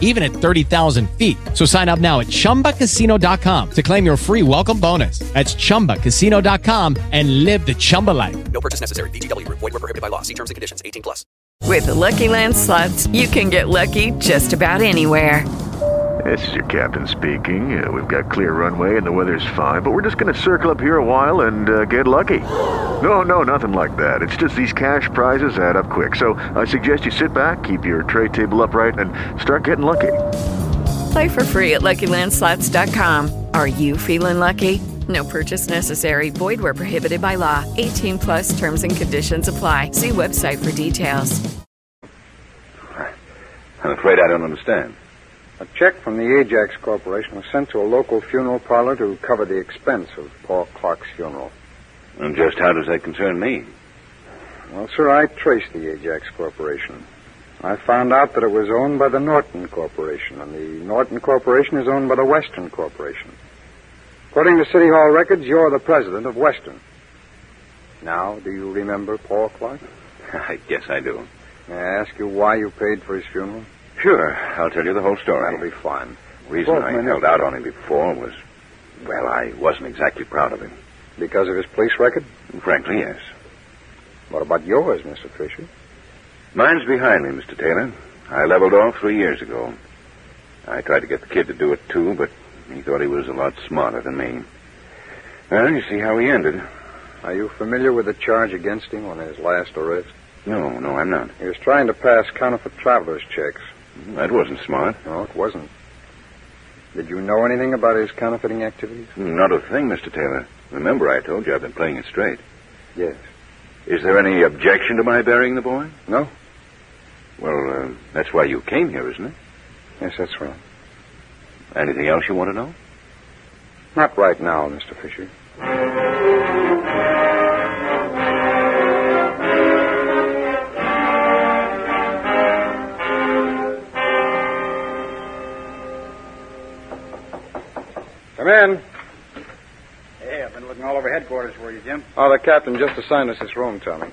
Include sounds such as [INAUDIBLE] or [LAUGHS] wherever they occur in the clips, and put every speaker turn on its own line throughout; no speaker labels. even at 30,000 feet. So sign up now at chumbacasino.com to claim your free welcome bonus. That's chumbacasino.com and live the Chumba life.
No purchase necessary. VGW Group. Void were prohibited by law. See terms and conditions. 18 plus.
With the Lucky Land slots, you can get lucky just about anywhere.
This is your captain speaking. Uh, we've got clear runway and the weather's fine, but we're just going to circle up here a while and uh, get lucky. No, no, nothing like that. It's just these cash prizes add up quick. So I suggest you sit back, keep your tray table upright, and start getting lucky.
Play for free at LuckyLandSlots.com. Are you feeling lucky? No purchase necessary. Void where prohibited by law. 18 plus terms and conditions apply. See website for details.
I'm afraid I don't understand.
A check from the Ajax Corporation was sent to a local funeral parlor to cover the expense of Paul Clark's funeral.
And just how does that concern me? [LAUGHS]
Well, sir, I traced the Ajax Corporation. I found out that it was owned by the Norton Corporation, and the Norton Corporation is owned by the Western Corporation. According to City Hall records, you're the president of Western. Now, do you remember Paul Clark?
I guess I do.
May I ask you why you paid for his funeral?
Sure, I'll tell you the whole story.
That'll be fine.
The reason
Well,
I
my-
held out on him before was, well, I wasn't exactly proud of him.
Because of his police record?
Frankly, yes.
What about yours, Mr. Fisher?
Mine's behind me, Mr. Taylor. I leveled off three years ago. I tried to get the kid to do it, too, but he thought he was a lot smarter than me. Well, you see how he ended.
Are you familiar with the charge against him on his last arrest?
No, no, I'm not.
He was trying to pass counterfeit traveler's checks.
That wasn't smart.
No, it wasn't. Did you know anything about his counterfeiting activities?
Not a thing, Mr. Taylor. Remember, I told you I've been playing it straight.
Yes.
Is there any objection to my burying the boy?
No?
Well, uh, that's why you came here, isn't it?
Yes, that's right.
Anything else you want to know?
Not right now, Mr. Fisher. Come in.
Hey, I've been looking all over headquarters for you, Jim.
Oh, the captain just assigned us this room, Tommy.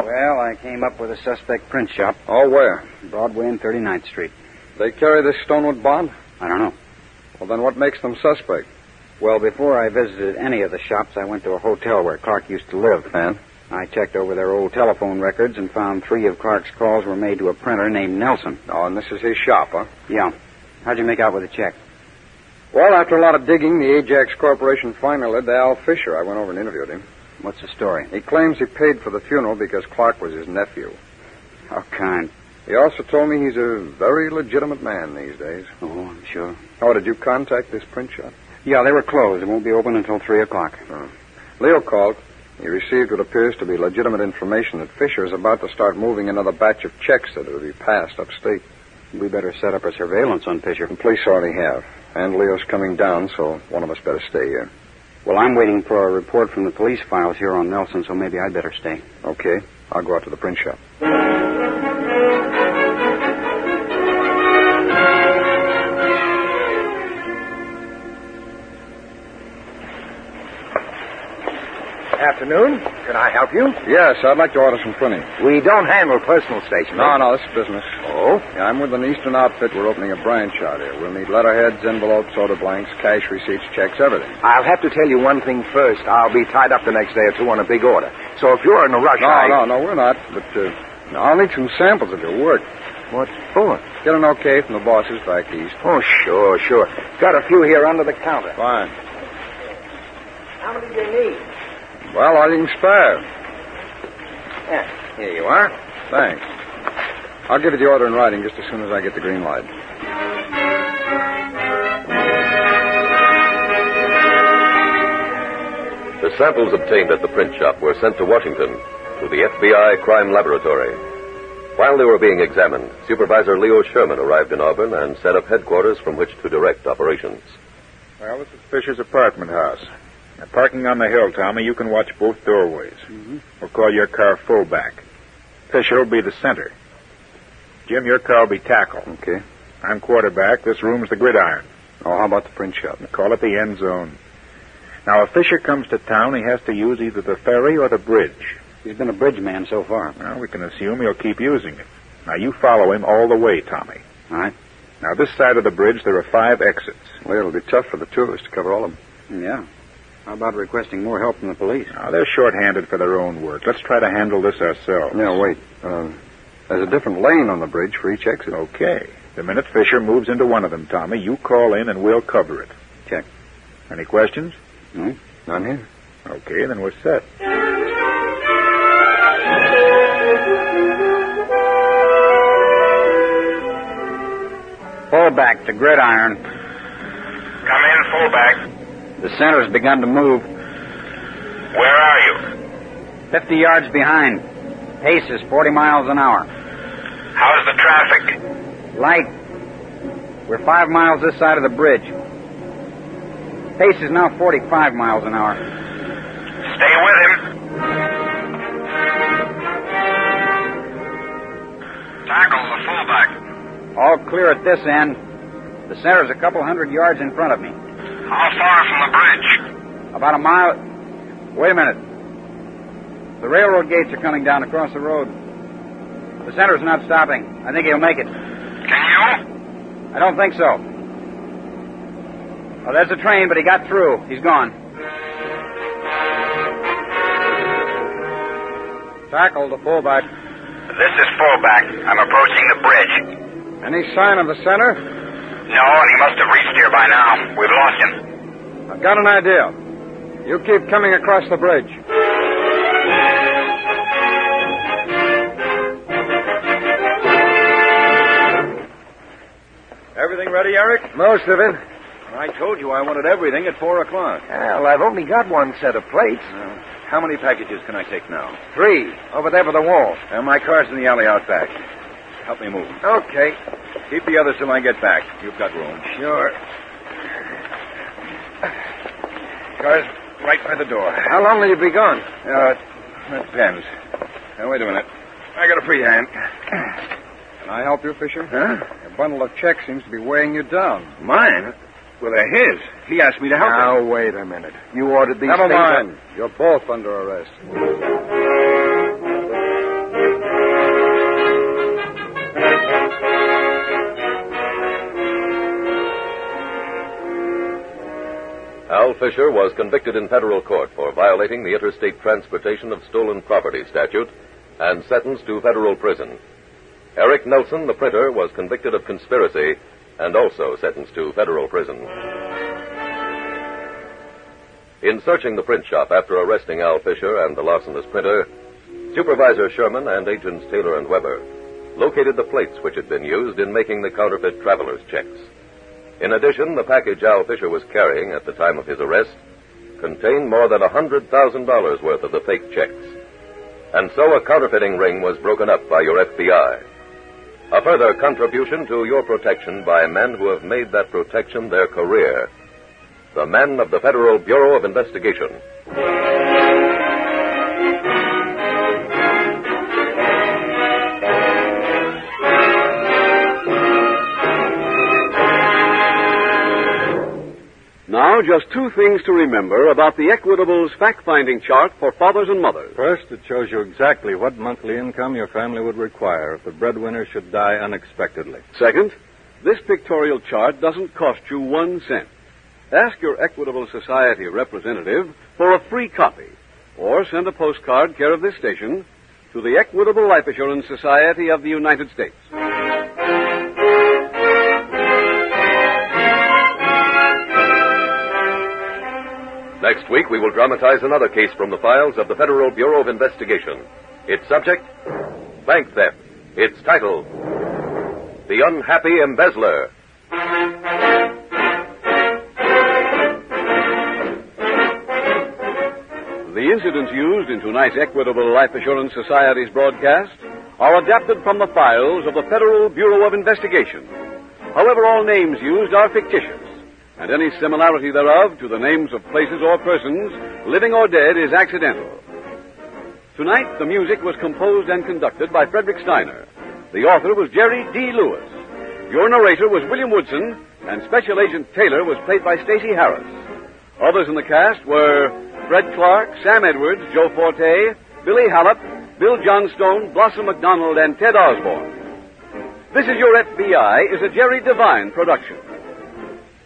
Well, I came up with a suspect print shop,
Oh, where?
Broadway and 39th Street.
They carry this Stonewood bond?
I don't know.
Well, then what makes them suspect?
Well, before I visited any of the shops, I went to a hotel where Clark used to live.
And?
I checked over their old telephone records and found three of Clark's calls were made to a printer named Nelson.
Oh, and this is his shop, huh?
Yeah. How'd you make out with the check?
Well, after a lot of digging, the Ajax Corporation finally led to Al Fisher. I went over and interviewed him.
What's the story?
He claims he paid for the funeral because Clark was his nephew.
How kind.
He also told me he's a very legitimate man these days.
Oh, I'm sure.
Oh, did you contact this print shop?
Yeah, they were closed. It won't be open until 3 o'clock.
Hmm. Leo called. He received what appears to be legitimate information that Fisher is about to start moving another batch of checks that will be passed upstate.
We better set up a surveillance on Fisher.
The police already have. And Leo's coming down, so one of us better stay here.
Well, I'm waiting for a report from the police files here on Nelson, so maybe I'd better stay.
Okay, I'll go out to the print shop.
Afternoon. Can I help you?
Yes, I'd like to order some printing.
We don't handle personal stationery.
No, no, this is business.
Oh?
Yeah, I'm with an Eastern outfit. We're opening a branch out here. We'll need letterheads, envelopes, order blanks, cash receipts, checks, everything.
I'll have to tell you one thing first. I'll be tied up the next day or two on a big order. So if you're in a rush,
No,
I...
no, no, we're not. But uh, I'll need some samples of your work.
What for?
Get an okay from the bosses back east.
Oh, sure, sure. Got a few here under the counter.
Fine.
How many do you need?
Well, all you can spare.
Yeah, here you are.
Thanks. I'll give you the order in writing just as soon as I get the green light.
The samples obtained at the print shop were sent to Washington to the FBI crime laboratory. While they were being examined, Supervisor Leo Sherman arrived in Auburn and set up headquarters from which to direct operations.
Well, this is Fisher's apartment house. Now, parking on the hill, Tommy, you can watch both doorways. We'll call your car fullback. Fisher will be the center. Jim, your car will be tackle.
Okay.
I'm quarterback. This room's the gridiron.
Oh, how about the print shop?
Call it the end zone. Now, if Fisher comes to town, he has to use either the ferry or the bridge.
He's been a bridge man so far.
Well, we can assume he'll keep using it. Now, you follow him all the way, Tommy.
All right.
Now, this side of the bridge, there are five exits.
Well, it'll be tough for the two of us to cover all of
them. Yeah. How about requesting more help from the police?
Now, they're short-handed for their own work. Let's try to handle this ourselves.
Now, wait. Uh, there's a different lane on the bridge for each exit. Oh,
Okay. The minute Fisher moves into one of them, Tommy, you call in and we'll cover it.
Check.
Any questions?
No, none here.
Okay, then we're set.
Fullback to gridiron.
Come in, fullback.
The center's begun to move.
Where are you?
Fifty yards behind. Pace is 40 miles an hour.
How's the traffic?
Light. We're five miles this side of the bridge. Pace is now 45 miles an hour.
Stay with him. Tackle the fullback.
All clear at this end. The center's a couple hundred yards in front of me.
How far from the bridge?
About a mile. Wait a minute. The railroad gates are coming down across the road. The center's not stopping. I think he'll make it.
Can you?
I don't think so. Well, there's a train, but he got through. He's gone. Tackle the fullback.
This is fullback. I'm approaching the bridge.
Any sign of the center?
No, and he must have reached here by now. We've lost him.
I've got an idea. You keep coming across the bridge.
Everything ready, Eric?
Most of it.
I told you I wanted everything at 4 o'clock.
Well, I've only got one set of plates. Uh,
how many packages can I take now?
Three. Over there by the wall.
Uh, my car's in the alley out back. Help me move.
Okay.
Keep the others till I get back. You've got room.
Sure.
Car's right by the door.
How long will you be gone?
Uh, it depends. Now, wait a minute. I got a free
[CLEARS THROAT]
hand.
Can I help you, Fisher?
Huh?
Your bundle of checks seems to be weighing you down.
Mine? Well, they're his. He asked me to help
now,
him.
Now, wait a minute. You ordered these
Never
things.
Never mind.
You're both under arrest.
Al Fisher was convicted in federal court for violating the Interstate Transportation of Stolen Property statute and sentenced to federal prison. Eric Nelson, the printer, was convicted of conspiracy and also sentenced to federal prison. In searching the print shop after arresting Al Fisher and the larcenous printer, Supervisor Sherman and agents Taylor and Weber located the plates which had been used in making the counterfeit traveler's checks. In addition, the package Al Fisher was carrying at the time of his arrest contained more than $100,000 worth of the fake checks. And so a counterfeiting ring was broken up by your FBI. A further contribution to your protection by men who have made that protection their career. The men of the Federal Bureau of Investigation.
Now, just two things to remember about the Equitable's fact finding chart for fathers and mothers.
First, it shows you exactly what monthly income your family would require if the breadwinner should die unexpectedly.
Second, this pictorial chart doesn't cost you one cent. Ask your Equitable Society representative for a free copy, or send a postcard care of this station to the Equitable Life Assurance Society of the United States.
Next week, we will dramatize another case from the files of the Federal Bureau of Investigation. Its subject? Bank theft. Its title? The Unhappy Embezzler.
The incidents used in tonight's Equitable Life Assurance Society's broadcast are adapted from the files of the Federal Bureau of Investigation. However, all names used are fictitious and any similarity thereof to the names of places or persons, living or dead, is accidental. To
Tonight, the music was composed and conducted by Frederick Steiner. The author was Jerry D. Lewis. Your narrator was William Woodson, and Special Agent Taylor was played by Stacey Harris. Others in the cast were Fred Clark, Sam Edwards, Joe Forte, Billy Hallop, Bill Johnstone, Blossom McDonald, and Ted Osborne. This is Your FBI is a Jerry Devine production.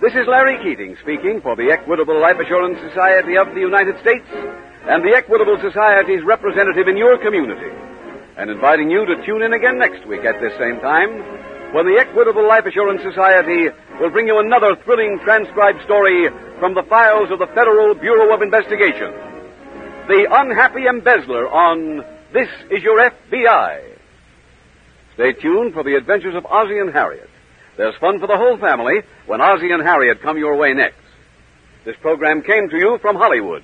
This is Larry Keating speaking for the Equitable Life Assurance Society of the United States and the Equitable Society's representative in your community, and inviting you to tune in again next week at this same time when the Equitable Life Assurance Society will bring you another thrilling transcribed story from the files of the Federal Bureau of Investigation. The Unhappy Embezzler on This Is Your FBI. Stay tuned for the adventures of Ozzie and Harriet. There's fun for the whole family when Ozzie and Harriet come your way next. This program came to you from Hollywood.